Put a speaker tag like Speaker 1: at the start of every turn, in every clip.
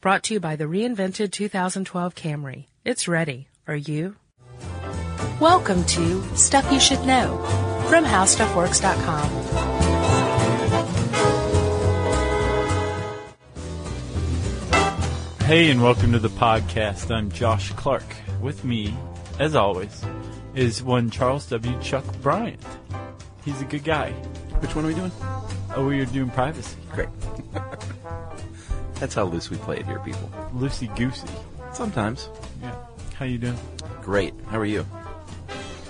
Speaker 1: Brought to you by the reinvented 2012 Camry. It's ready. Are you? Welcome to Stuff You Should Know from HowStuffWorks.com.
Speaker 2: Hey, and welcome to the podcast. I'm Josh Clark. With me, as always, is one Charles W. Chuck Bryant. He's a good guy.
Speaker 3: Which one are we doing?
Speaker 2: Oh, we are doing privacy.
Speaker 3: Great. That's how loose we play it here, people.
Speaker 2: Loosey goosey.
Speaker 3: Sometimes.
Speaker 2: Yeah. How you doing?
Speaker 3: Great. How are you?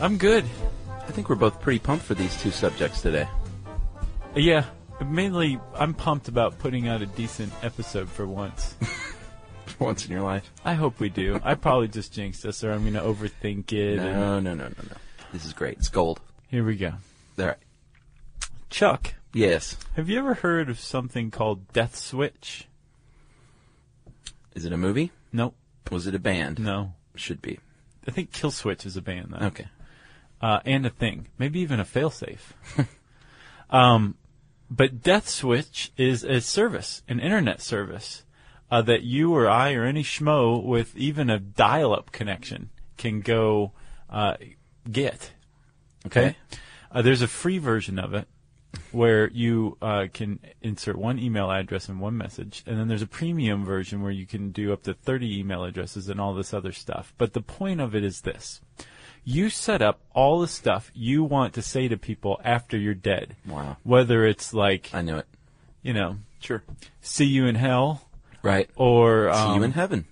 Speaker 2: I'm good.
Speaker 3: I think we're both pretty pumped for these two subjects today.
Speaker 2: Yeah. Mainly, I'm pumped about putting out a decent episode for once.
Speaker 3: Once in your life.
Speaker 2: I hope we do. I probably just jinxed us, or I'm going to overthink it. and-
Speaker 3: No, no, no, no, no. This is great. It's gold.
Speaker 2: Here we go.
Speaker 3: All right.
Speaker 2: Chuck,
Speaker 3: Yes.
Speaker 2: have you ever heard of something called Death Switch?
Speaker 3: Is it a movie?
Speaker 2: Nope.
Speaker 3: Was it a band?
Speaker 2: No.
Speaker 3: Should be.
Speaker 2: I think Kill Switch is a band, though.
Speaker 3: Okay.
Speaker 2: uh, and a thing, maybe even a failsafe. um, but Death Switch is a service, an internet service, uh, that you or I or any schmo with even a dial-up connection can go uh, get.
Speaker 3: Okay.
Speaker 2: Uh, there's a free version of it where you uh, can insert one email address and one message, and then there's a premium version where you can do up to 30 email addresses and all this other stuff. But the point of it is this. You set up all the stuff you want to say to people after you're dead.
Speaker 3: Wow.
Speaker 2: Whether it's like,
Speaker 3: I knew it.
Speaker 2: you know,
Speaker 3: Sure.
Speaker 2: see you in hell
Speaker 3: Right.
Speaker 2: or,
Speaker 3: See
Speaker 2: um,
Speaker 3: you in heaven.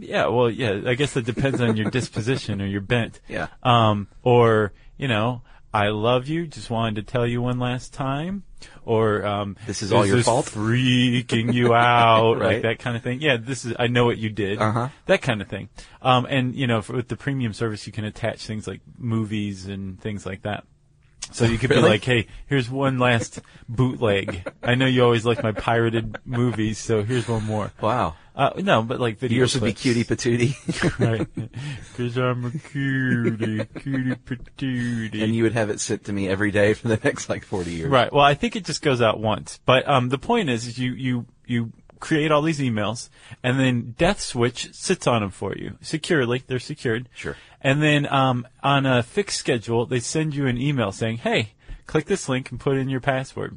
Speaker 2: yeah, well, yeah, I guess that depends on your disposition or your bent.
Speaker 3: Yeah.
Speaker 2: Um, or, you know, I love you, just wanted to tell you one last time. Or, um,
Speaker 3: This is all your
Speaker 2: is
Speaker 3: fault?
Speaker 2: Freaking you out, like
Speaker 3: Right.
Speaker 2: that kind of thing. Yeah, this is, I know what you did.
Speaker 3: Uh-huh.
Speaker 2: That kind of thing. Um, and, you know, for, with the premium service, you can attach things like movies and things like that. So you could be
Speaker 3: Really?
Speaker 2: like, hey, here's one last bootleg. I know you always like my pirated movies, so here's one more.
Speaker 3: Wow.
Speaker 2: Uh, no, but like video
Speaker 3: Yours would be
Speaker 2: clips.
Speaker 3: cutie patootie.
Speaker 2: Right. Because I'm a cutie, cutie patootie.
Speaker 3: and you would have it sent to me every day for the next like 40 years.
Speaker 2: Right. Well, I think it just goes out once. But um, the point is, is you you you create all these emails, and then Death Switch sits on them for you securely. They're secured.
Speaker 3: Sure.
Speaker 2: And then um, on a fixed schedule, they send you an email saying, "Hey, click this link and put in your password."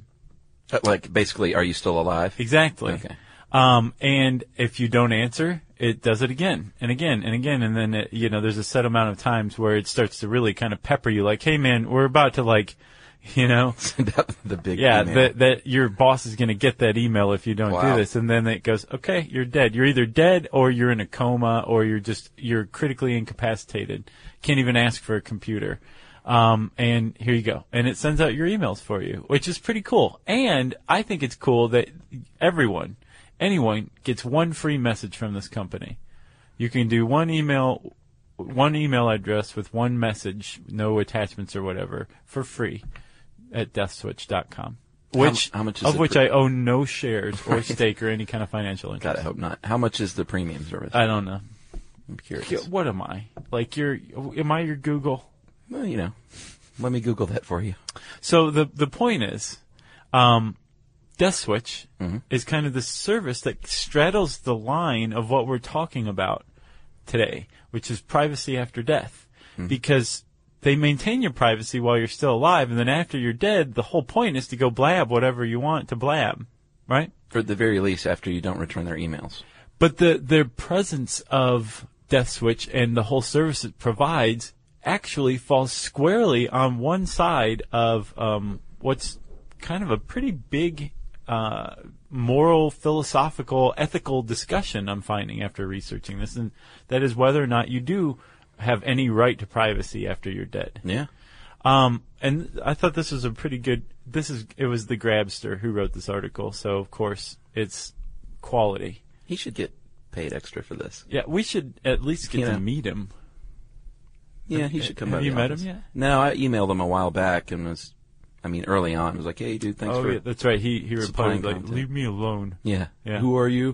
Speaker 3: Uh, Like basically, are you still alive?
Speaker 2: Exactly.
Speaker 3: Okay.
Speaker 2: Um, and if you don't answer, it does it again and again and again. And then, it, you know, there's a set amount of times where it starts to really kind of pepper you like, hey, man, we're about to like, you know,
Speaker 3: Send out the big
Speaker 2: yeah,
Speaker 3: email.
Speaker 2: that, that your boss is going to get that email if you don't
Speaker 3: Wow.
Speaker 2: do this. And then it goes, okay, you're dead. You're either dead or you're in a coma or you're just, you're critically incapacitated. Can't even ask for a computer. Um, and here you go. And it sends out your emails for you, which is pretty cool. And I think it's cool that everyone, anyone gets one free message from this company. You can do one email, one email address with one message, no attachments or whatever, for free at deathswitch.com. Which
Speaker 3: how much is
Speaker 2: of
Speaker 3: it
Speaker 2: which
Speaker 3: per-
Speaker 2: I own no shares or stake or any kind of financial
Speaker 3: God,
Speaker 2: interest.
Speaker 3: I hope not. How much is the premium service?
Speaker 2: I don't know.
Speaker 3: I'm curious.
Speaker 2: What am I? Like your? Am I your Google?
Speaker 3: Well, you know, let me Google that for you.
Speaker 2: So the the point is, um, Death Switch is kind of the service that straddles the line of what we're talking about today, which is privacy after death, because they maintain your privacy while you're still alive, and then after you're dead, the whole point is to go blab whatever you want to blab, right?
Speaker 3: For the very least, after you don't return their emails.
Speaker 2: But the their presence of Death Switch and the whole service it provides actually falls squarely on one side of um, what's kind of a pretty big uh, moral, philosophical, ethical discussion I'm finding after researching this, and that is whether or not you do have any right to privacy after you're dead.
Speaker 3: Yeah.
Speaker 2: Um, and I thought this was a pretty good. This is it was the Grabster who wrote this article, so of course it's quality.
Speaker 3: He should get paid extra for this.
Speaker 2: Yeah, we should at least get
Speaker 3: You know.
Speaker 2: to meet him.
Speaker 3: Yeah, he should come
Speaker 2: have
Speaker 3: by
Speaker 2: you
Speaker 3: the
Speaker 2: met
Speaker 3: office.
Speaker 2: him yet?
Speaker 3: No, I emailed him a while back and was, I mean, early on, I was like, hey, dude, thanks
Speaker 2: oh,
Speaker 3: for.
Speaker 2: yeah, that's right. He he
Speaker 3: Supplying
Speaker 2: replied like,
Speaker 3: content.
Speaker 2: "Leave me alone."
Speaker 3: Yeah.
Speaker 2: Yeah.
Speaker 3: Who are you?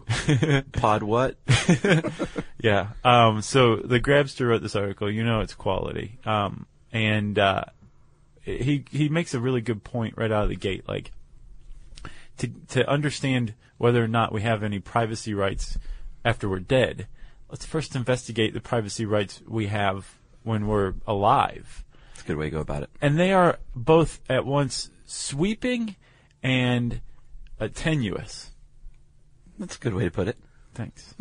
Speaker 3: Pod what?
Speaker 2: Yeah. Um. So the Grabster wrote this article. You know, it's quality. Um. And uh, he he makes a really good point right out of the gate. Like, to to understand whether or not we have any privacy rights after we're dead. Let's first investigate the privacy rights we have when we're alive.
Speaker 3: It's a good way to go about it.
Speaker 2: And they are both at once sweeping and uh, tenuous.
Speaker 3: That's a good way to put it.
Speaker 2: Thanks.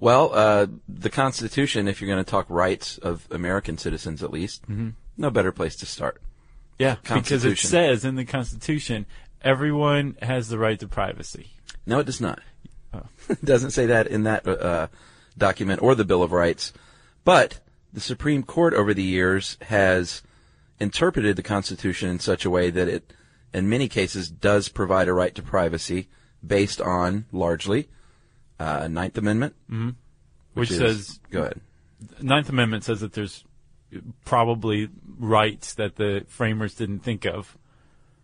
Speaker 3: Well, uh, the Constitution, if you're going to talk rights of American citizens at least, no better place to start.
Speaker 2: Yeah, because it
Speaker 3: Constitution.
Speaker 2: says in the Constitution everyone has the right to privacy.
Speaker 3: No, it does not.
Speaker 2: Oh.
Speaker 3: it doesn't say that in that uh, document or the Bill of Rights. But the Supreme Court over the years has interpreted the Constitution in such a way that it, in many cases, does provide a right to privacy based on largely uh, Ninth Amendment,
Speaker 2: Which,
Speaker 3: is-
Speaker 2: says
Speaker 3: go ahead.
Speaker 2: Ninth Amendment says that there's probably rights that the framers didn't think of.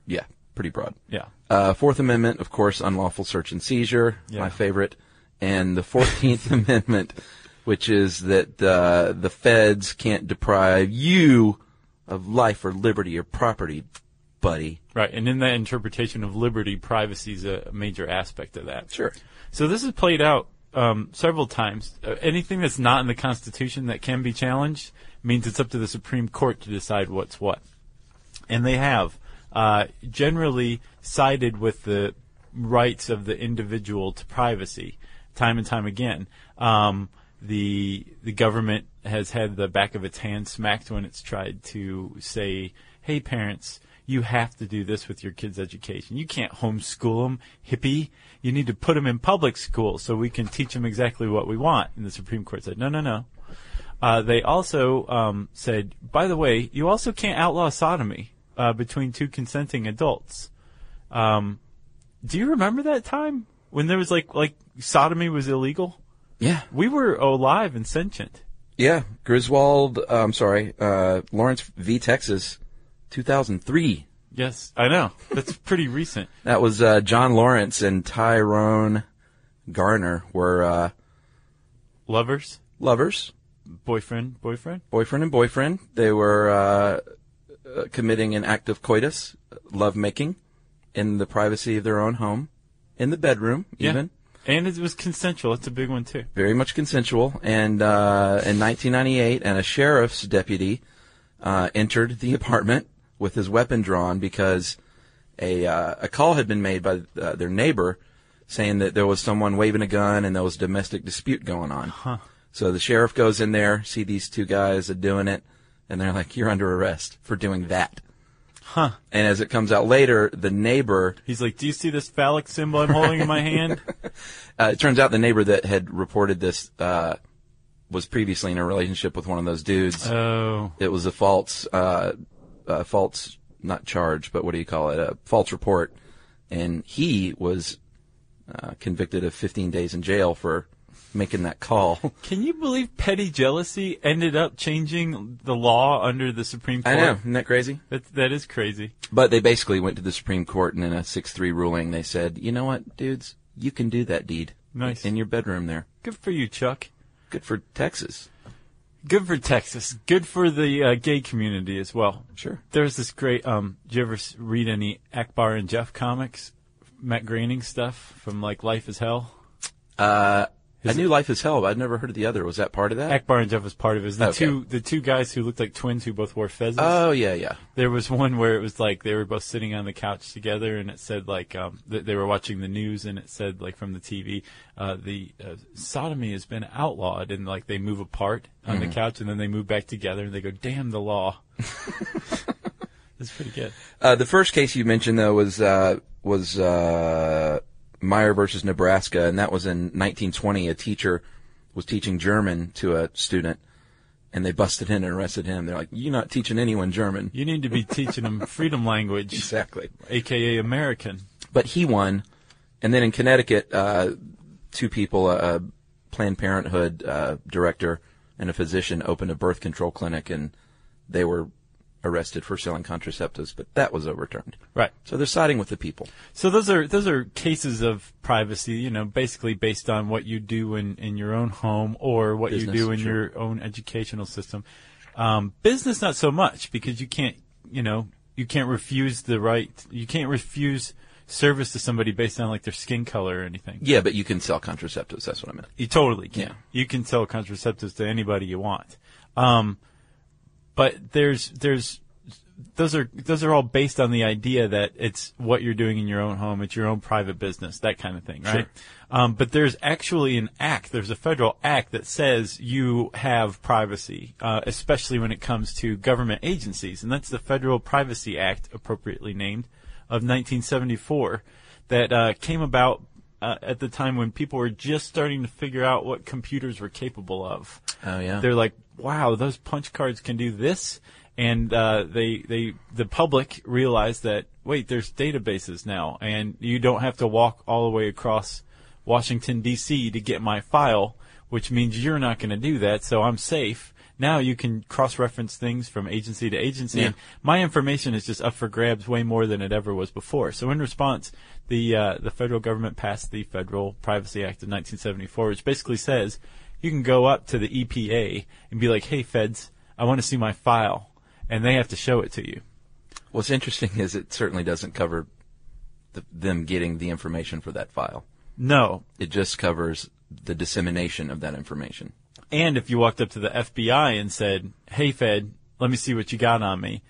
Speaker 3: Yeah, pretty broad.
Speaker 2: Yeah.
Speaker 3: Uh, Fourth Amendment, of course, unlawful search and seizure,
Speaker 2: Yeah.
Speaker 3: my favorite, and the Fourteenth Amendment, which is that uh, the feds can't deprive you of life or liberty or property, buddy.
Speaker 2: Right. And in that interpretation of liberty, privacy is a major aspect of that.
Speaker 3: Sure.
Speaker 2: So this is played out um, several times. Uh, anything that's not in the Constitution that can be challenged means it's up to the Supreme Court to decide what's what. And they have uh, generally sided with the rights of the individual to privacy, time and time again. Um, the the government has had the back of its hand smacked when it's tried to say, "Hey, parents." You have to do this with your kids' education. You can't homeschool them, hippie. You need to put them in public school so we can teach them exactly what we want. And the Supreme Court said, no, no, no. Uh, they also um, said, by the way, you also can't outlaw sodomy uh, between two consenting adults. Um, do you remember that time when there was like like sodomy was illegal?
Speaker 3: Yeah.
Speaker 2: We were alive and sentient.
Speaker 3: Yeah. Griswold. Uh, I'm sorry. Uh, Lawrence v. Texas, 2003.
Speaker 2: Yes, I know. That's pretty recent.
Speaker 3: That was uh, John Lawrence and Tyrone Garner were uh,
Speaker 2: Lovers,
Speaker 3: lovers.
Speaker 2: boyfriend, boyfriend.
Speaker 3: boyfriend and boyfriend. They were uh, uh, committing an act of coitus, lovemaking, in the privacy of their own home, in the bedroom, even.
Speaker 2: Yeah. And it was consensual. That's a big one too.
Speaker 3: Very much consensual. And uh, in 1998, and a sheriff's deputy uh, entered the apartment with his weapon drawn because a uh, a call had been made by uh, their neighbor saying that there was someone waving a gun and there was a domestic dispute going on. So the sheriff goes in there, see these two guys are doing it, and they're like, "You're under arrest for doing that." Huh. And as it comes out later, the neighbor
Speaker 2: He's like, "Do you see this phallic symbol I'm holding in my hand?"
Speaker 3: Uh, it turns out the neighbor that had reported this uh, was previously in a relationship with one of those dudes.
Speaker 2: Oh,
Speaker 3: it was a false, uh, uh, false, not charge, but what do you call it? A false report, and he was uh, convicted of 15 days in jail for making that call.
Speaker 2: can you believe petty jealousy ended up changing the law under the Supreme
Speaker 3: I
Speaker 2: Court?
Speaker 3: know, isn't that crazy?
Speaker 2: That that is crazy.
Speaker 3: But they basically went to the Supreme Court, and in a 6-3 ruling, they said, "You know what, dudes, you can do that deed
Speaker 2: Nice.
Speaker 3: in your bedroom there.
Speaker 2: Good for you, Chuck.
Speaker 3: Good for Texas,
Speaker 2: Good for Texas. Good for the uh, gay community as well.
Speaker 3: sure."
Speaker 2: There's this great. Um, do you ever s- read any Akbar and Jeff comics? Matt Groening stuff from like Life is Hell.
Speaker 3: Uh, I knew Life is Hell, but I'd never heard of the other. Was that part of that?
Speaker 2: Akbar and Jeff was part of it. It was the
Speaker 3: Okay.
Speaker 2: two the two guys who looked like twins who both wore fezes.
Speaker 3: Oh yeah, yeah.
Speaker 2: There was one where it was like they were both sitting on the couch together, and it said like um, th- they were watching the news, and it said like from the TV, uh, the uh, sodomy has been outlawed, and like they move apart on the couch, and then they move back together, and they go, "Damn the law." That's pretty good.
Speaker 3: Uh, the first case you mentioned though was uh, was uh, Meyer versus Nebraska, and that was in 1920. A teacher was teaching German to a student, and they busted in and arrested him. They're like, "You're not teaching anyone German."
Speaker 2: You need to be teaching them freedom language,
Speaker 3: Exactly.
Speaker 2: aka American.
Speaker 3: But he won, and then in Connecticut, uh, two people, a, a Planned Parenthood uh, director and a physician, opened a birth control clinic, and they were arrested for selling contraceptives. But that was overturned.
Speaker 2: Right.
Speaker 3: So they're siding with the people.
Speaker 2: So those are those are cases of privacy, you know, basically based on what you do in, in your own home or what
Speaker 3: Business,
Speaker 2: you do in
Speaker 3: sure.
Speaker 2: your own educational system. Um, business not so much because you can't, you know, you can't refuse the right, you can't refuse service to somebody based on like their skin color or anything.
Speaker 3: Yeah, but you can sell contraceptives. That's what I meant.
Speaker 2: You totally can.
Speaker 3: Yeah.
Speaker 2: You can sell contraceptives to anybody you want. Um, but there's there's those are those are all based on the idea that it's what you're doing in your own home, it's your own private business, that kind of thing, right? Um, but there's actually an act, there's a federal act that says you have privacy, uh, especially when it comes to government agencies, and that's the Federal Privacy Act, appropriately named, of 1974, that uh, came about. Uh, at the time when people were just starting to figure out what computers were capable of,
Speaker 3: Oh, yeah.
Speaker 2: they're like, wow, those punch cards can do this. And uh, they, they, the public realized that wait, there's databases now, and you don't have to walk all the way across Washington D.C. to get my file, which means you're not going to do that, so I'm safe. Now you can cross-reference things from agency to agency.
Speaker 3: Yeah.
Speaker 2: And my information is just up for grabs way more than it ever was before. So in response, the uh, the federal government passed the Federal Privacy Act of 1974, which basically says you can go up to the EPA and be like, "Hey, feds, I want to see my file," and they have to show it to you.
Speaker 3: What's interesting is it certainly doesn't cover the, them getting the information for that file.
Speaker 2: No,
Speaker 3: It just covers the dissemination of that information.
Speaker 2: and if you walked up to the FBI and said, "Hey, Fed, let me see what you got on me,"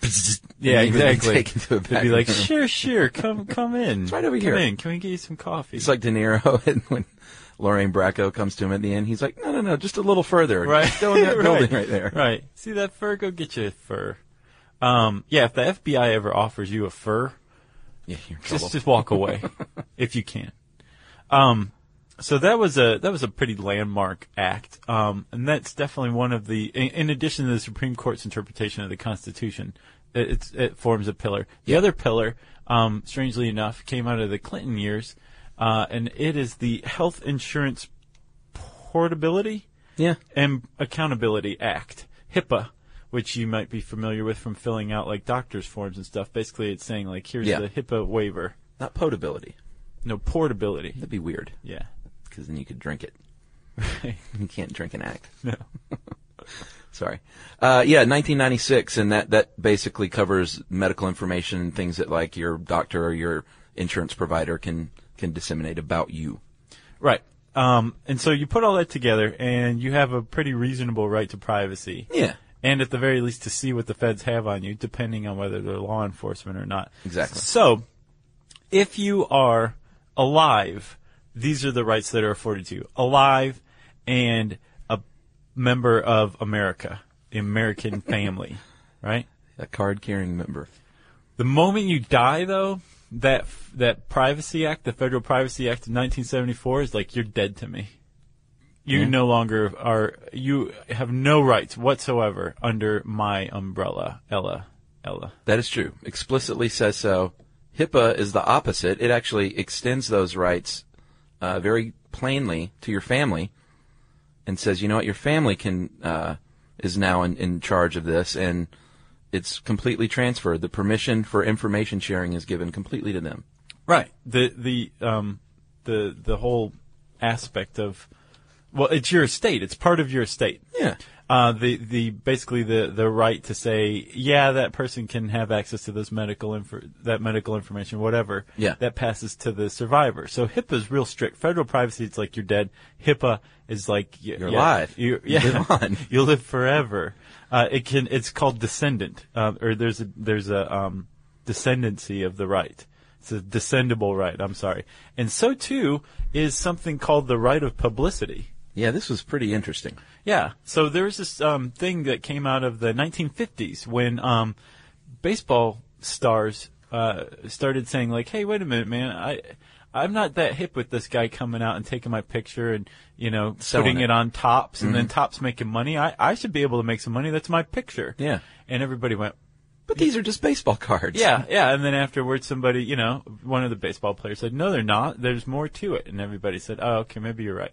Speaker 2: Yeah,
Speaker 3: And you've been
Speaker 2: exactly.
Speaker 3: taken to a
Speaker 2: They'd
Speaker 3: back
Speaker 2: be like,
Speaker 3: room.
Speaker 2: sure, sure, come, come in.
Speaker 3: right over
Speaker 2: come
Speaker 3: here.
Speaker 2: in. Can we get you some coffee?
Speaker 3: It's like De Niro, and when Lorraine Bracco comes to him at the end, he's like, "No, no, no, just a little further.
Speaker 2: right,
Speaker 3: Just go in that
Speaker 2: Right.
Speaker 3: building right there."
Speaker 2: Right. See that fur? Go get you a fur. Um, yeah. If the FBI ever offers you a fur,
Speaker 3: Yeah, you're in trouble.
Speaker 2: just just walk away if you can. Um, so that was a that was a pretty landmark act, um, and that's definitely one of the. In, in addition to the Supreme Court's interpretation of the Constitution, it, it's, it forms a pillar. The other pillar, um, strangely enough, came out of the Clinton years, uh, and it is the Health Insurance Portability
Speaker 3: yeah,
Speaker 2: and Accountability Act, HIPAA, which you might be familiar with from filling out like doctors' forms and stuff. Basically, it's saying like, here's
Speaker 3: Yeah.
Speaker 2: the HIPAA waiver.
Speaker 3: not potability.
Speaker 2: No portability.
Speaker 3: That'd be weird
Speaker 2: Yeah.
Speaker 3: because then you could drink it. You can't drink and act.
Speaker 2: no.
Speaker 3: Sorry. Uh, yeah, 1996, and that, that basically covers medical information and things that like your doctor or your insurance provider can, can disseminate about you.
Speaker 2: Right. Um, and so you put all that together, and you have a pretty reasonable right to privacy.
Speaker 3: Yeah.
Speaker 2: And at the very least, to see what the feds have on you, depending on whether they're law enforcement or not.
Speaker 3: Exactly.
Speaker 2: So, if you are alive, these are the rights that are afforded to you. Alive and a member of America, the American family, right?
Speaker 3: A card carrying member.
Speaker 2: The moment you die, though, that that Privacy Act, the Federal Privacy Act of 1974, is like you're dead to me. You
Speaker 3: Yeah.
Speaker 2: no longer are. You have no rights whatsoever under my umbrella, Ella. Ella.
Speaker 3: That is true. Explicitly says so. HIPAA is the opposite. It actually extends those rights, uh, very plainly to your family and says, you know what, your family can, uh, is now in, in charge of this and it's completely transferred. The permission for information sharing is given completely to them.
Speaker 2: Right. The the um the the whole aspect of well, it's your estate. It's part of your estate.
Speaker 3: Yeah.
Speaker 2: Uh, the the basically the the right to say yeah that person can have access to this medical infor- that medical information whatever
Speaker 3: Yeah.
Speaker 2: that passes to the survivor. So HIPAA is real strict. Federal privacy it's like you're dead. HIPAA is like y-
Speaker 3: You're
Speaker 2: yeah,
Speaker 3: alive.
Speaker 2: You,
Speaker 3: You
Speaker 2: yeah,
Speaker 3: live on.
Speaker 2: you live forever. Uh, it can it's called descendant uh, or there's a there's a um, descendancy of the right. It's a descendable right. I'm sorry. And so too is something called the right of publicity.
Speaker 3: Yeah, this was pretty interesting.
Speaker 2: Yeah. So there was this um, thing that came out of the 1950s when um, baseball stars uh, started saying like, "Hey, wait a minute, man, I." I'm not that hip with this guy coming out and taking my picture and, you know, putting
Speaker 3: Selling it. Mm-hmm.
Speaker 2: it. on tops and then tops making money. I, I should be able to make some money. That's my picture.
Speaker 3: Yeah.
Speaker 2: And everybody went,
Speaker 3: But these are just baseball cards.
Speaker 2: yeah, yeah. And then afterwards, somebody, you know, one of the baseball players said, "No, they're not. There's more to it." And everybody said, "Oh, okay, maybe you're right."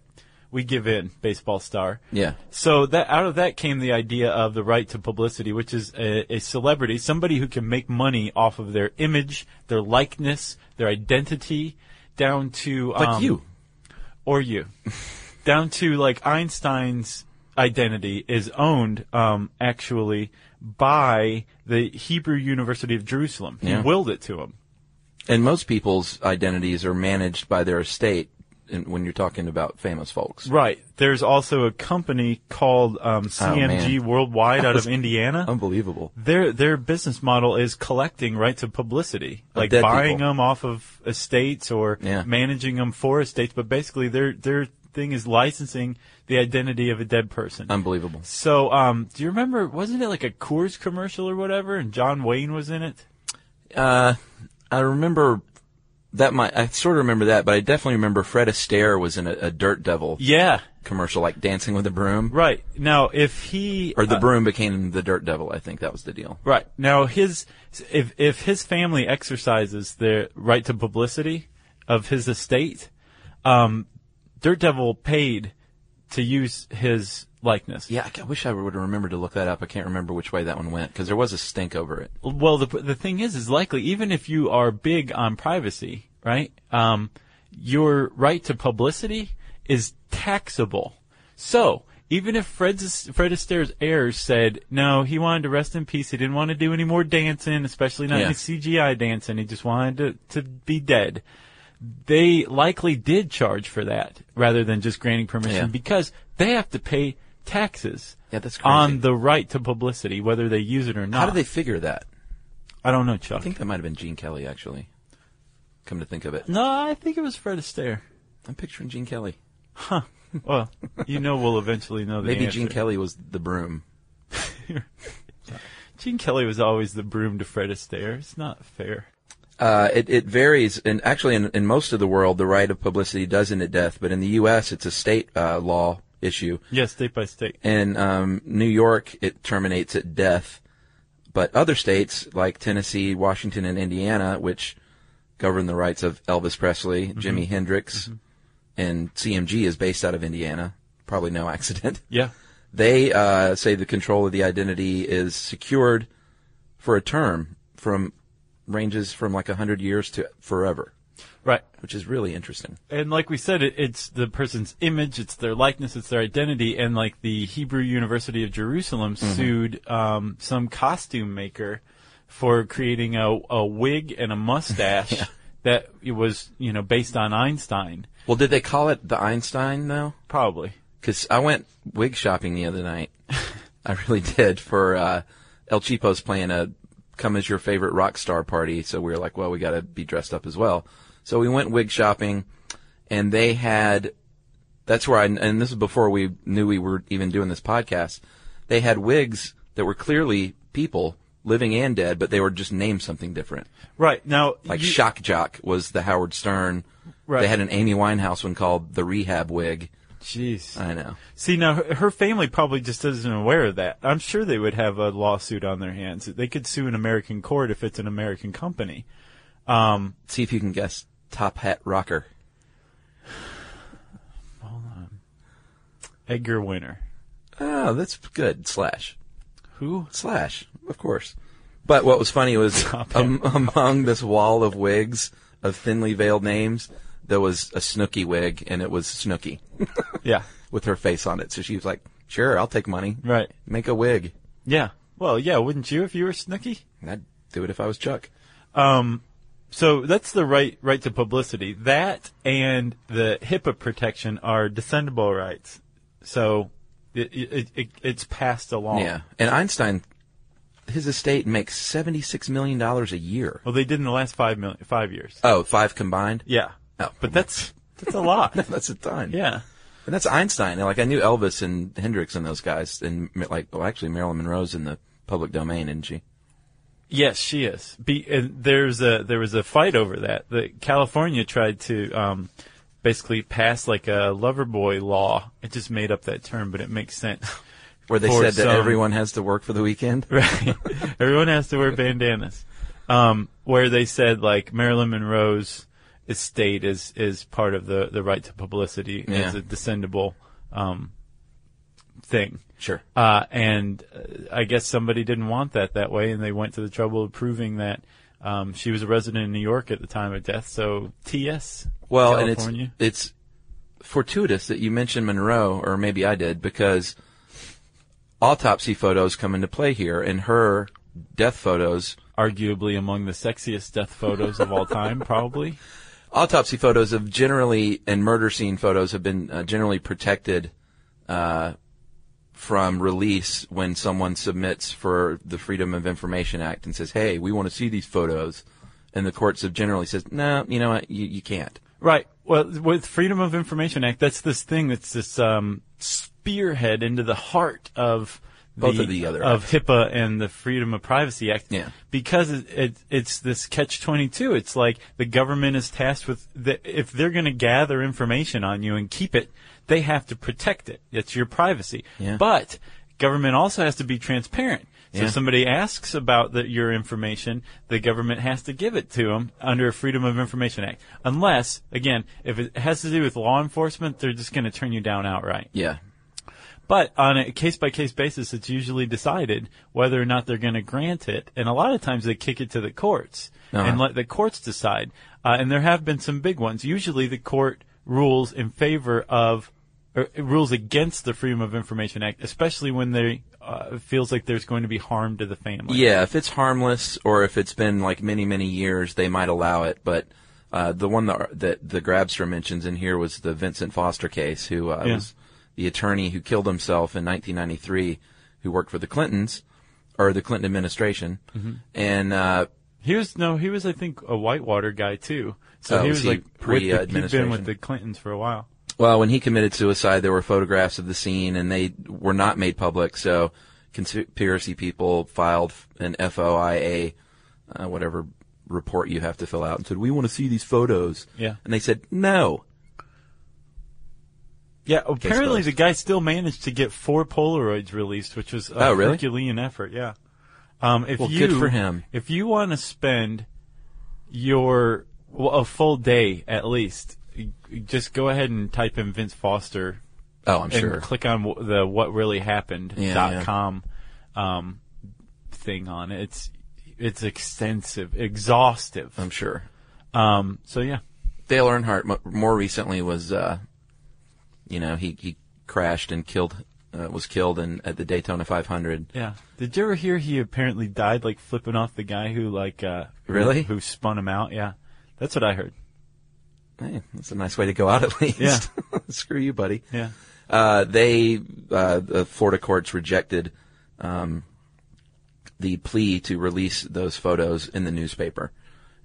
Speaker 2: We give in, baseball star.
Speaker 3: Yeah.
Speaker 2: So that out of that came the idea of the right to publicity, which is a, a celebrity, somebody who can make money off of their image, their likeness, their identity, down to
Speaker 3: Like
Speaker 2: um,
Speaker 3: you.
Speaker 2: or you, down to like Einstein's identity is owned um, actually by the Hebrew University of Jerusalem.
Speaker 3: Yeah.
Speaker 2: He willed it to him.
Speaker 3: And most people's identities are managed by their estate in, when you're talking about famous folks.
Speaker 2: Right. There's also a company called um, CMG
Speaker 3: Oh, man.
Speaker 2: Worldwide out
Speaker 3: was- um
Speaker 2: of Indiana.
Speaker 3: Unbelievable.
Speaker 2: their their business model is collecting rights of publicity, like
Speaker 3: dead
Speaker 2: buying
Speaker 3: people.
Speaker 2: them off of estates or
Speaker 3: Yeah.
Speaker 2: managing them for estates. But basically, their their thing is licensing the identity of a dead person.
Speaker 3: Unbelievable.
Speaker 2: so, um, do you remember? Wasn't it like a Coors commercial or whatever? And John Wayne was in it.
Speaker 3: Uh, I remember that might, I sort of remember that, but I definitely remember Fred Astaire was in a, a Dirt Devil
Speaker 2: Yeah,
Speaker 3: commercial, like Dancing with a Broom.
Speaker 2: right. Now, if he
Speaker 3: Or the
Speaker 2: uh,
Speaker 3: broom became the Dirt Devil, I think that was the deal.
Speaker 2: Right. Now his if if his family exercises their right to publicity of his estate, um Dirt Devil paid to use his likeness.
Speaker 3: Yeah, I, I wish I would have remembered to look that up. I can't remember which way that one went because there was a stink over it.
Speaker 2: Well, the the thing is is likely even if you are big on privacy, right? Um your right to publicity is taxable. So, even if Fred's, Fred Astaire's heirs said, no, he wanted to rest in peace, he didn't want to do any more dancing, especially not
Speaker 3: Yeah.
Speaker 2: any CGI dancing, he just wanted to, to be dead, they likely did charge for that rather than just granting permission
Speaker 3: Yeah.
Speaker 2: because they have to pay taxes
Speaker 3: Yeah, that's crazy.
Speaker 2: on the right to publicity, whether they use it or not.
Speaker 3: How did they figure that?
Speaker 2: I don't know, Chuck.
Speaker 3: I think that might have been Gene Kelly, actually. Come to think of it,
Speaker 2: no, I think it was Fred Astaire.
Speaker 3: I'm picturing Gene Kelly.
Speaker 2: Well, you know we'll eventually know the
Speaker 3: Maybe
Speaker 2: answer.
Speaker 3: Gene Kelly was the broom.
Speaker 2: Gene Kelly was always the broom to Fred Astaire. It's not fair.
Speaker 3: Uh, it, it varies, and actually, in, in most of the world, the right of publicity does end at death. But in the U.S., it's a state uh, law issue.
Speaker 2: Yeah, state by state.
Speaker 3: In um, New York, it terminates at death. But other states like Tennessee, Washington, and Indiana, which govern the rights of Elvis Presley, Jimi Hendrix, and CMG is based out of Indiana. Probably no accident.
Speaker 2: Yeah.
Speaker 3: They uh, say the control of the identity is secured for a term from ranges from like 100 years to forever,
Speaker 2: Right.
Speaker 3: which is really interesting.
Speaker 2: And like we said, it, it's the person's image, it's their likeness, it's their identity. And like the Hebrew University of Jerusalem
Speaker 3: Mm-hmm.
Speaker 2: sued um, some costume maker for creating a, a wig and a mustache that it was, you know, based on Einstein.
Speaker 3: Well, did they call it the Einstein though?
Speaker 2: Probably.
Speaker 3: Because I went wig shopping the other night. I really did for uh, El Chipo's playing a come as your favorite rock star party. So we were like, well, we got to be dressed up as well. So we went wig shopping, and they had. That's where I and this is before we knew we were even doing this podcast. They had wigs that were clearly people living and dead, but they were just named something different.
Speaker 2: Right. Now,
Speaker 3: Like
Speaker 2: you-
Speaker 3: Shock Jock was the Howard Stern.
Speaker 2: Right.
Speaker 3: They had an Amy Winehouse one called the Rehab Wig.
Speaker 2: Jeez.
Speaker 3: I know.
Speaker 2: See now, her her family probably just isn't aware of that. I'm sure they would have a lawsuit on their hands. They could sue an American court if it's an American company.
Speaker 3: See if you can guess Top Hat Rocker.
Speaker 2: Edgar Winter.
Speaker 3: Oh, that's good. Slash.
Speaker 2: Who?
Speaker 3: Slash. Of course. But what was funny was um, among this wall of wigs of thinly veiled names, there was a Snooky wig, and it was Snooky
Speaker 2: Yeah.
Speaker 3: with her face on it. So she was like, "Sure, I'll take money.
Speaker 2: Right.
Speaker 3: Make a wig."
Speaker 2: Yeah. Well, yeah. Wouldn't you if you were Snooky?
Speaker 3: And I'd do it if I was Chuck.
Speaker 2: So that's the right right to publicity. That and the HIPAA protection are descendable rights. So it, it, it it's passed along.
Speaker 3: Yeah. And Einstein, his estate makes seventy-six million dollars a year.
Speaker 2: Well, they did in the last five mil- five years.
Speaker 3: Oh, five combined.
Speaker 2: Yeah.
Speaker 3: Oh.
Speaker 2: But that's that's a lot.
Speaker 3: That's a ton.
Speaker 2: yeah.
Speaker 3: And that's Einstein. And like I knew Elvis and Hendrix and those guys, and like well, actually Marilyn Monroe's in the public domain, isn't she?
Speaker 2: Yes, she is. Be, and there's a there was a fight over that. The California tried to um, basically pass like a lover boy law. I just made up that term, but it makes sense.
Speaker 3: Where they
Speaker 2: For
Speaker 3: said that
Speaker 2: some-
Speaker 3: everyone has to work for the weekend.
Speaker 2: Right. Everyone has to wear bandanas. Um, where they said like Marilyn Monroe's estate is is part of the the right to publicity
Speaker 3: Yeah.
Speaker 2: as a descendable um, thing.
Speaker 3: Sure.
Speaker 2: Uh, and uh, I guess somebody didn't want that that way, and they went to the trouble of proving that um, she was a resident in New York at the time of death. So T.S.
Speaker 3: Well,
Speaker 2: California.
Speaker 3: and it's it's fortuitous that you mentioned Monroe, or maybe I did, because autopsy photos come into play here, and her death photos
Speaker 2: arguably among the sexiest death photos of all time, probably.
Speaker 3: Autopsy photos have generally, and murder scene photos have been uh, generally protected uh, from release when someone submits for the Freedom of Information Act and says, "Hey, we want to see these photos," and the courts have generally says, "No, you know what? You, you can't."
Speaker 2: Right. Well, with Freedom of Information Act, that's this thing that's this um, spearhead into the heart of
Speaker 3: Both of the other
Speaker 2: of HIPAA and the Freedom of Privacy Act.
Speaker 3: Yeah.
Speaker 2: Because it, it, it's this catch twenty two. It's like the government is tasked with the, if they're going to gather information on you and keep it, they have to protect it. It's your privacy.
Speaker 3: Yeah.
Speaker 2: But government also has to be transparent. So
Speaker 3: Yeah.
Speaker 2: if somebody asks about the, your information, the government has to give it to them under a Freedom of Information Act. Unless, again, if it has to do with law enforcement, they're just going to turn you down outright.
Speaker 3: Yeah.
Speaker 2: But on a case by case basis, it's usually decided whether or not they're going to grant it. And a lot of times they kick it to the courts
Speaker 3: Uh-huh.
Speaker 2: and let the courts decide. Uh, and there have been some big ones. Usually the court rules in favor of, or it rules against the Freedom of Information Act, especially when they uh, it feels like there's going to be harm to the family.
Speaker 3: Yeah, if it's harmless or if it's been like many, many years, they might allow it. But uh, the one that, that the Grabster mentions in here was the Vincent Foster case, who uh,
Speaker 2: Yeah.
Speaker 3: was the attorney who killed himself in 1993, who worked for the Clintons or the Clinton administration. And uh,
Speaker 2: He was no, he was I think a Whitewater guy too. So
Speaker 3: Oh,
Speaker 2: he
Speaker 3: was
Speaker 2: was,
Speaker 3: he
Speaker 2: like
Speaker 3: pre-
Speaker 2: with the-
Speaker 3: uh,
Speaker 2: he'd been
Speaker 3: administration?
Speaker 2: with the Clintons for a while.
Speaker 3: well, when he committed suicide, there were photographs of the scene, and they were not made public. So conspiracy people filed an FOIA, uh, whatever report you have to fill out, and said, "We want to see these photos."
Speaker 2: Yeah.
Speaker 3: and they said, "No."
Speaker 2: Yeah, apparently
Speaker 3: closed.
Speaker 2: the guy still managed to get four Polaroids released, which was a
Speaker 3: Oh, really?
Speaker 2: Herculean effort. Yeah. Um, if
Speaker 3: Well,
Speaker 2: you,
Speaker 3: good for him.
Speaker 2: If you want to spend your well, a full day at least, y- just go ahead and type in Vince Foster
Speaker 3: Oh, I'm
Speaker 2: and
Speaker 3: sure.
Speaker 2: click on w- the "What Really Happened"
Speaker 3: Yeah,
Speaker 2: dot
Speaker 3: yeah.
Speaker 2: com um, thing on it. It's it's extensive, exhaustive.
Speaker 3: I'm sure.
Speaker 2: Um, so yeah,
Speaker 3: Dale Earnhardt mo- more recently was, uh, you know, he, he crashed and killed, uh, was killed in, at the Daytona 500.
Speaker 2: yeah. Did you ever hear he apparently died like flipping off the guy who like uh who-
Speaker 3: Really?
Speaker 2: who, spun him out? Yeah, that's what I heard.
Speaker 3: Hey, that's a nice way to go out at least.
Speaker 2: Yeah.
Speaker 3: Screw you, buddy.
Speaker 2: Yeah,
Speaker 3: Uh, they, uh, the Florida courts rejected, um, the plea to release those photos in the newspaper.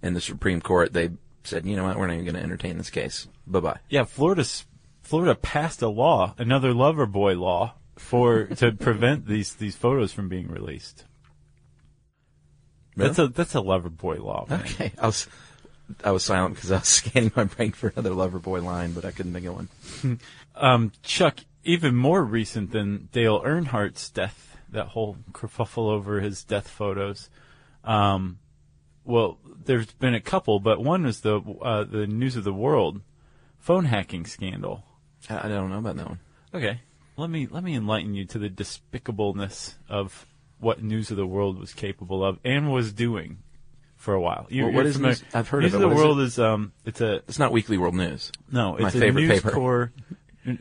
Speaker 3: And the Supreme Court, they said, you know what, we're not even going to entertain this case. Bye bye.
Speaker 2: yeah. Florida's Florida passed a law, another lover boy law, for to prevent these these photos from being released. That's a that's a lover boy law. man.
Speaker 3: Okay. I was, I was silent because I was scanning my brain for another lover boy line, but I couldn't think of one.
Speaker 2: Um, Chuck, even more recent than Dale Earnhardt's death, that whole kerfuffle over his death photos. Um, well, there's been a couple, but one was the uh, the News of the World phone hacking scandal.
Speaker 3: I I don't know about that one.
Speaker 2: Okay, let me let me enlighten you to the despicableness of what News of the World was capable of and was doing for a while. You,
Speaker 3: Well,
Speaker 2: you're
Speaker 3: what is
Speaker 2: familiar-
Speaker 3: News- I've heard
Speaker 2: News
Speaker 3: of it.
Speaker 2: of the
Speaker 3: What is
Speaker 2: World is um, it's a
Speaker 3: It's not Weekly World News.
Speaker 2: no,
Speaker 3: My
Speaker 2: it's
Speaker 3: favorite
Speaker 2: a News
Speaker 3: paper.
Speaker 2: Corps.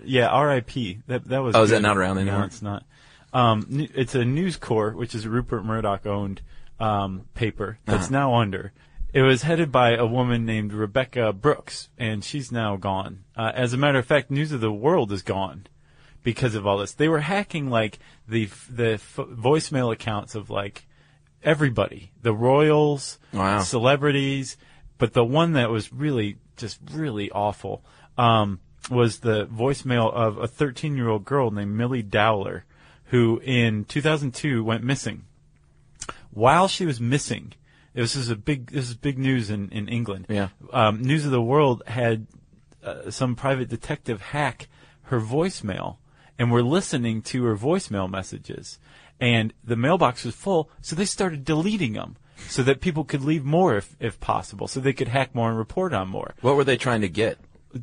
Speaker 2: Yeah, R.I.P. That that was.
Speaker 3: Oh, is that
Speaker 2: good.
Speaker 3: not around anymore?
Speaker 2: No, it's not. Um, n- it's a News Corps, which is Rupert Murdoch owned um, paper that's
Speaker 3: Uh-huh.
Speaker 2: now under. It was headed by a woman named Rebecca Brooks, and she's now gone. Uh, as a matter of fact, News of the World is gone because of all this. They were hacking like the f- the f- voicemail accounts of like everybody, the royals,
Speaker 3: Wow.
Speaker 2: celebrities, but the one that was really just really awful um, was the voicemail of a 13 year old girl named Millie Dowler, who in 2002 went missing. While she was missing, this is a big this is big news in in England.
Speaker 3: Yeah.
Speaker 2: um, News of the World had uh, some private detective hack her voicemail and were listening to her voicemail messages. And the mailbox was full, so they started deleting them so that people could leave more if, if possible, so they could hack more and report on more.
Speaker 3: What were they trying to get?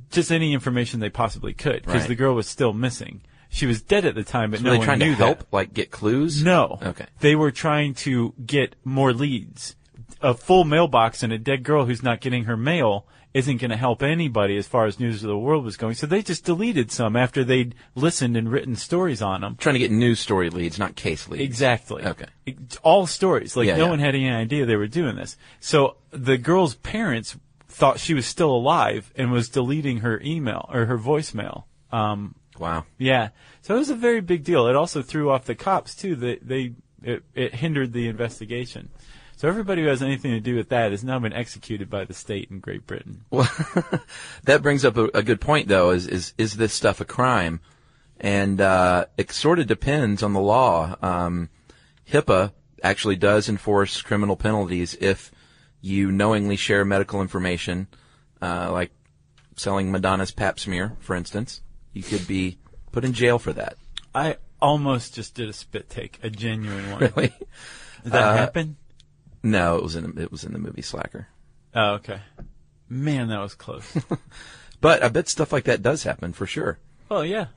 Speaker 2: Just any information they possibly could, because
Speaker 3: Right.
Speaker 2: the girl was still missing. She was dead at the time, but
Speaker 3: Were
Speaker 2: no
Speaker 3: they
Speaker 2: one
Speaker 3: trying to
Speaker 2: knew
Speaker 3: help,
Speaker 2: that.
Speaker 3: like get clues?
Speaker 2: No.
Speaker 3: Okay.
Speaker 2: They were trying to get more leads. A full mailbox and a dead girl who's not getting her mail isn't going to help anybody as far as news of the world was going. So they just deleted some after they'd listened and written stories on them.
Speaker 3: Trying to get news story leads, not case leads.
Speaker 2: Exactly.
Speaker 3: Okay.
Speaker 2: It's all stories. Like
Speaker 3: Yeah,
Speaker 2: no
Speaker 3: yeah.
Speaker 2: one had any idea they were doing this. So the girl's parents thought she was still alive and was deleting her email or her voicemail. Um,
Speaker 3: Wow.
Speaker 2: yeah. So it was a very big deal. It also threw off the cops too. That they it, it hindered the investigation. So everybody who has anything to do with that has now been executed by the state in Great Britain.
Speaker 3: Well, that brings up a, a good point, though. Is is is this stuff a crime? And uh, it sort of depends on the law. Um, HIPAA actually does enforce criminal penalties if you knowingly share medical information, uh, like selling Madonna's Pap smear, for instance. You could be put in jail for that.
Speaker 2: I almost just did a spit take, a genuine one.
Speaker 3: Really?
Speaker 2: Did that happen?
Speaker 3: No, it was in it was in the movie Slacker.
Speaker 2: Oh, okay. Man, that was close.
Speaker 3: But I bet stuff like that does happen for sure.
Speaker 2: well, yeah.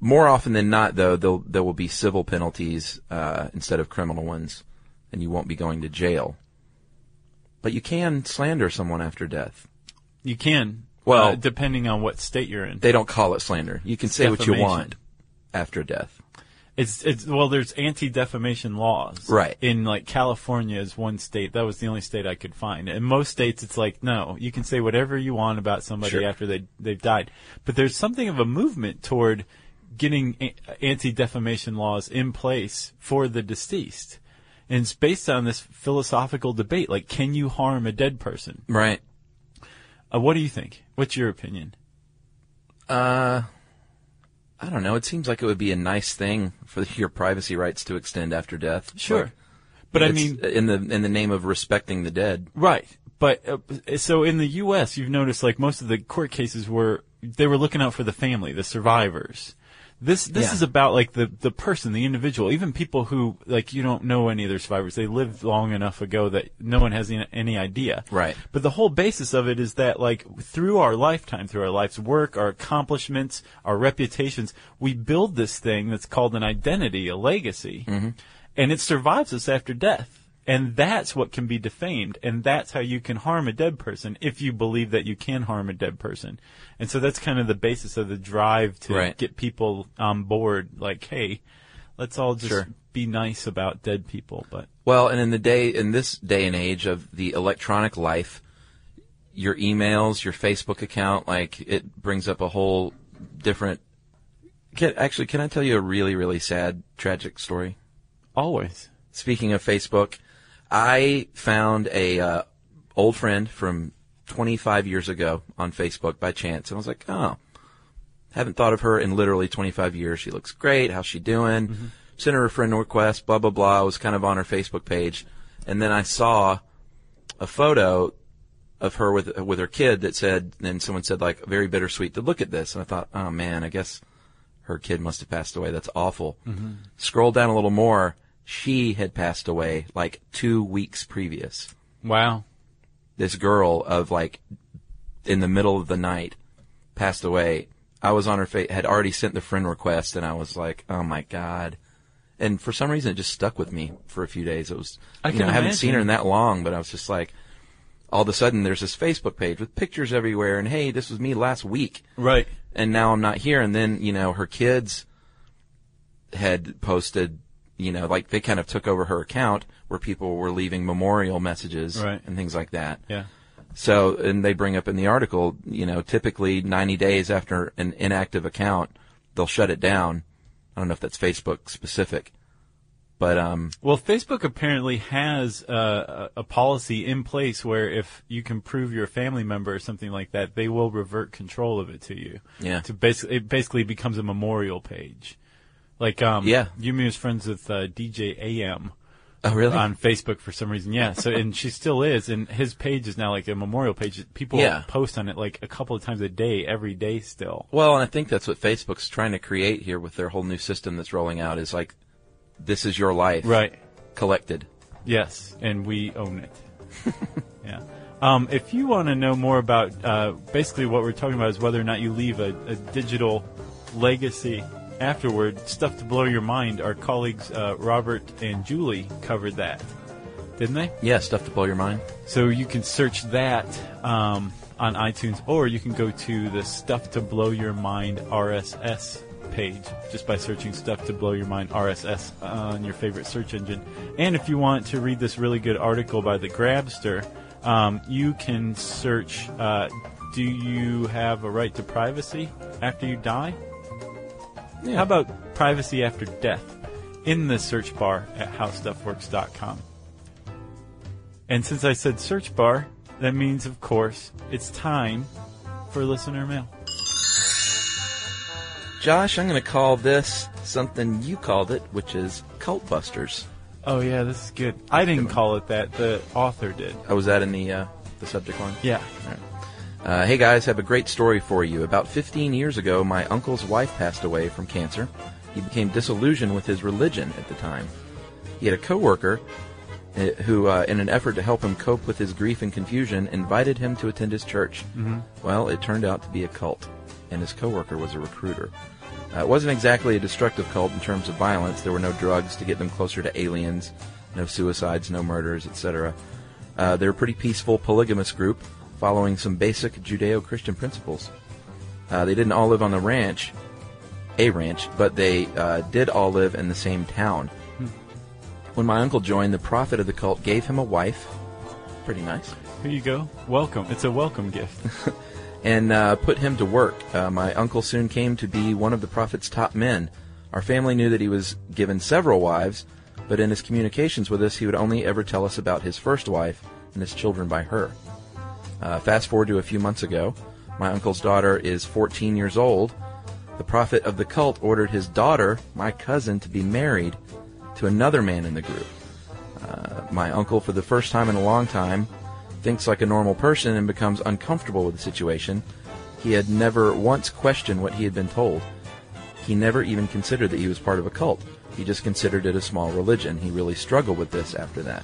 Speaker 3: More often than not, though, there'll, there will be civil penalties uh, instead of criminal ones, and you won't be going to jail. But you can slander someone after death.
Speaker 2: You can.
Speaker 3: Well-
Speaker 2: uh, depending on what state you're in.
Speaker 3: They don't call it slander. You can say what you
Speaker 2: Defamation.
Speaker 3: want after death.
Speaker 2: It's it's well, there's anti-defamation laws,
Speaker 3: Right.
Speaker 2: In like California is one state. That was the only state I could find. In most states, it's like no, you can say whatever you want about somebody
Speaker 3: Sure.
Speaker 2: after they they've died. But there's something of a movement toward getting a- anti-defamation laws in place for the deceased, and it's based on this philosophical debate: like, can you harm a dead person?
Speaker 3: Right.
Speaker 2: Uh, what do you think? What's your opinion?
Speaker 3: I don't know. It seems like it would be a nice thing for your privacy rights to extend after death. Like,
Speaker 2: but I
Speaker 3: it's
Speaker 2: mean,
Speaker 3: in the in the name of respecting the dead.
Speaker 2: Right. But uh, so in the U.S., you've noticed like most of the court cases were they were looking out for the family, the survivors. This this
Speaker 3: Yeah.
Speaker 2: is about like the the person, the individual. Even people who like you don't know any of their survivors. They lived long enough ago that no one has any, any idea.
Speaker 3: Right.
Speaker 2: But the whole basis of it is that like through our lifetime, through our life's work, our accomplishments, our reputations, we build this thing that's called an identity, a legacy.
Speaker 3: Mm-hmm.
Speaker 2: And it survives us after death. And that's what can be defamed. And that's how you can harm a dead person if you believe that you can harm a dead person. And so that's kind of the basis of the drive to
Speaker 3: Right.
Speaker 2: get people on board. Like, hey, let's all just
Speaker 3: Sure.
Speaker 2: be nice about dead people. But
Speaker 3: Well, and in the day in this day and age of the electronic life, your emails, your Facebook account, like it brings up a whole different. Can, actually, can I tell you a really, really sad, tragic story?
Speaker 2: always.
Speaker 3: Speaking of Facebook, I found a uh, old friend from 25 years ago on Facebook by chance, and I was like, oh, haven't thought of her in literally 25 years. She looks great. How's she doing? Sent her a friend request, blah, blah, blah. I was kind of on her Facebook page. And then I saw a photo of her with, with her kid that said, and someone said like, very bittersweet to look at this. And I thought, oh man, I guess her kid must have passed away. That's awful. Scroll down a little more. She had passed away like two weeks previous
Speaker 2: Wow.
Speaker 3: this girl of like in the middle of the night passed away. I was on her face, had already sent the friend request, and I was like, oh my God. And for some reason, it just stuck with me for a few days. It was,
Speaker 2: I
Speaker 3: you
Speaker 2: can
Speaker 3: know, I haven't seen her
Speaker 2: imagine.
Speaker 3: in that long, but I was just like, all of a sudden, there's this Facebook page with pictures everywhere, and hey, this was me last week
Speaker 2: Right.
Speaker 3: and now I'm not here. And then, you know, her kids had posted, you know, like they kind of took over her account where people were leaving memorial messages
Speaker 2: Right.
Speaker 3: and things like that.
Speaker 2: Yeah.
Speaker 3: So, and they bring up in the article, you know, typically 90 days after an inactive account, they'll shut it down. I don't know if that's Facebook specific, but, um,
Speaker 2: Well, Facebook apparently has uh, a, a policy in place where if you can prove you're a family member or something like that, they will revert control of it to you.
Speaker 3: Yeah.
Speaker 2: To basically, it basically becomes a memorial page. Like, um,
Speaker 3: Yeah.
Speaker 2: Yumi was friends with uh, DJ AM
Speaker 3: oh, really?
Speaker 2: on Facebook for some reason. Yeah. So, and she still is, and his page is now like a memorial page. People
Speaker 3: Yeah.
Speaker 2: post on it like a couple of times a day, every day still.
Speaker 3: Well, and I think that's what Facebook's trying to create here with their whole new system that's rolling out is like, this is your life.
Speaker 2: Right.
Speaker 3: Collected.
Speaker 2: Yes, and we own it. yeah. Um, if you want to know more about uh, basically what we're talking about is whether or not you leave a, a digital legacy afterward, stuff to blow your mind. Our colleagues uh, Robert and Julie covered that. didn't they?
Speaker 3: Yeah, stuff to blow your mind.
Speaker 2: So you can search that um, on iTunes, or you can go to the Stuff to Blow Your Mind RSS page just by searching Stuff to Blow Your Mind RSS on your favorite search engine. And if you want to read this really good article by the Grabster, um, you can search uh, Do You Have a Right to Privacy After You Die?
Speaker 3: Yeah.
Speaker 2: How about Privacy After Death in the search bar at howstuffworks.com? And since I said search bar, that means, of course, it's time for listener mail.
Speaker 3: Josh, I'm going to call this something you called it, which is Cult Busters.
Speaker 2: Oh yeah, this is good. I didn't call it that. The author did.
Speaker 3: Oh, was that in the uh, the subject line?
Speaker 2: Yeah.
Speaker 3: Uh, hey guys, have a great story for you. About 15 years ago, my uncle's wife passed away from cancer. He became disillusioned with his religion at the time. He had a coworker uh, who, uh, in an effort to help him cope with his grief and confusion, invited him to attend his church. Well, it turned out to be a cult, and his coworker was a recruiter. Uh, it wasn't exactly a destructive cult in terms of violence. There were no drugs to get them closer to aliens, no suicides, no murders, etc. Uh, they're a pretty peaceful, polygamous group following some basic Judeo Christian principles. Uh, they didn't all live on the ranch, a ranch, but they uh, did all live in the same town. When my uncle joined, the prophet of the cult gave him a wife, pretty nice,
Speaker 2: Here you go. Welcome. It's a welcome gift.
Speaker 3: and uh, put him to work. Uh, my uncle soon came to be one of the prophet's top men. Our family knew that he was given several wives, but in his communications with us, he would only ever tell us about his first wife and his children by her. Uh, fast forward to a few months ago, my uncle's daughter is 14 years old. The prophet of the cult ordered his daughter, my cousin, to be married to another man in the group. Uh, my uncle, for the first time in a long time, thinks like a normal person and becomes uncomfortable with the situation. He had never once questioned what he had been told. He never even considered that he was part of a cult. He just considered it a small religion. He really struggled with this after that.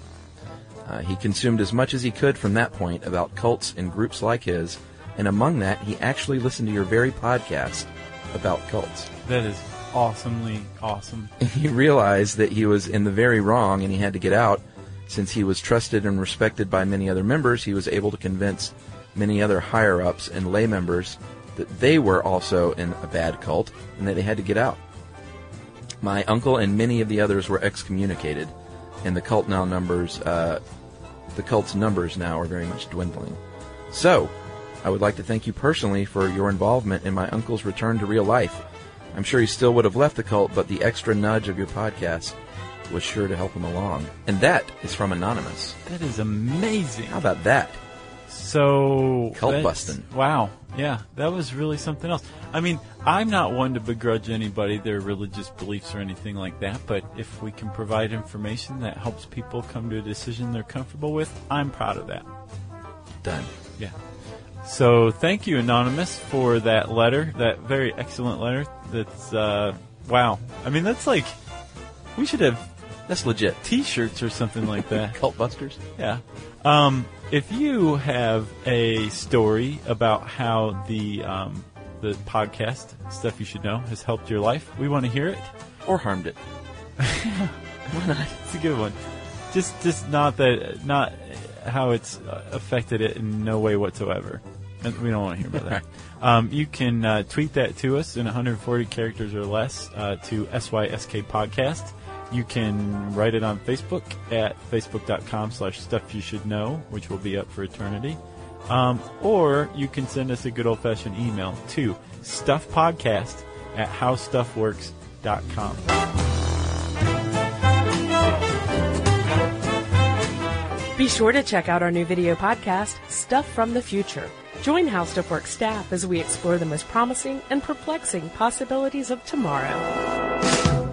Speaker 3: Uh, he consumed as much as he could from that point about cults and groups like his, and among that, he actually listened to your very podcast about cults.
Speaker 2: that is awesomely awesome.
Speaker 3: He realized that he was in the very wrong and he had to get out. Since he was trusted and respected by many other members, he was able to convince many other higher ups and lay members that they were also in a bad cult and that they had to get out. My uncle and many of the others were excommunicated, and the cult now numbers uh, the cult's numbers now are very much dwindling. So, I would like to thank you personally for your involvement in my uncle's return to real life. I'm sure he still would have left the cult, but the extra nudge of your podcast was sure to help him along. And that is from Anonymous.
Speaker 2: That is amazing.
Speaker 3: How about that?
Speaker 2: So
Speaker 3: Cult
Speaker 2: that's-
Speaker 3: bustin'.
Speaker 2: Wow. Yeah, that was really something else. I mean, I'm not one to begrudge anybody their religious beliefs or anything like that, but if we can provide information that helps people come to a decision they're comfortable with, I'm proud of that.
Speaker 3: Done.
Speaker 2: Yeah. So thank you, Anonymous, for that letter, that very excellent letter. That's, uh, wow. I mean, that's like, we should have
Speaker 3: That's legit.
Speaker 2: t shirts or something like that.
Speaker 3: Cult busters?
Speaker 2: Yeah. Um, if you have a story about how the, um, the podcast, Stuff You Should Know, has helped your life, we want to hear it.
Speaker 3: Or harmed it.
Speaker 2: It's a good one. Just, just not that, not how it's uh, affected it in no way whatsoever. And we don't want to hear about that. Um, you can uh, tweet that to us in 140 characters or less uh, to SYSK Podcast. You can write it on Facebook at facebook.com slash stuff you should know, which will be up for eternity. Um, or you can send us a good old fashioned email to stuffpodcast at howstuffworks.com.
Speaker 1: Be sure to check out our new video podcast, Stuff from the Future. Join How Stuff Works staff as we explore the most promising and perplexing possibilities of tomorrow.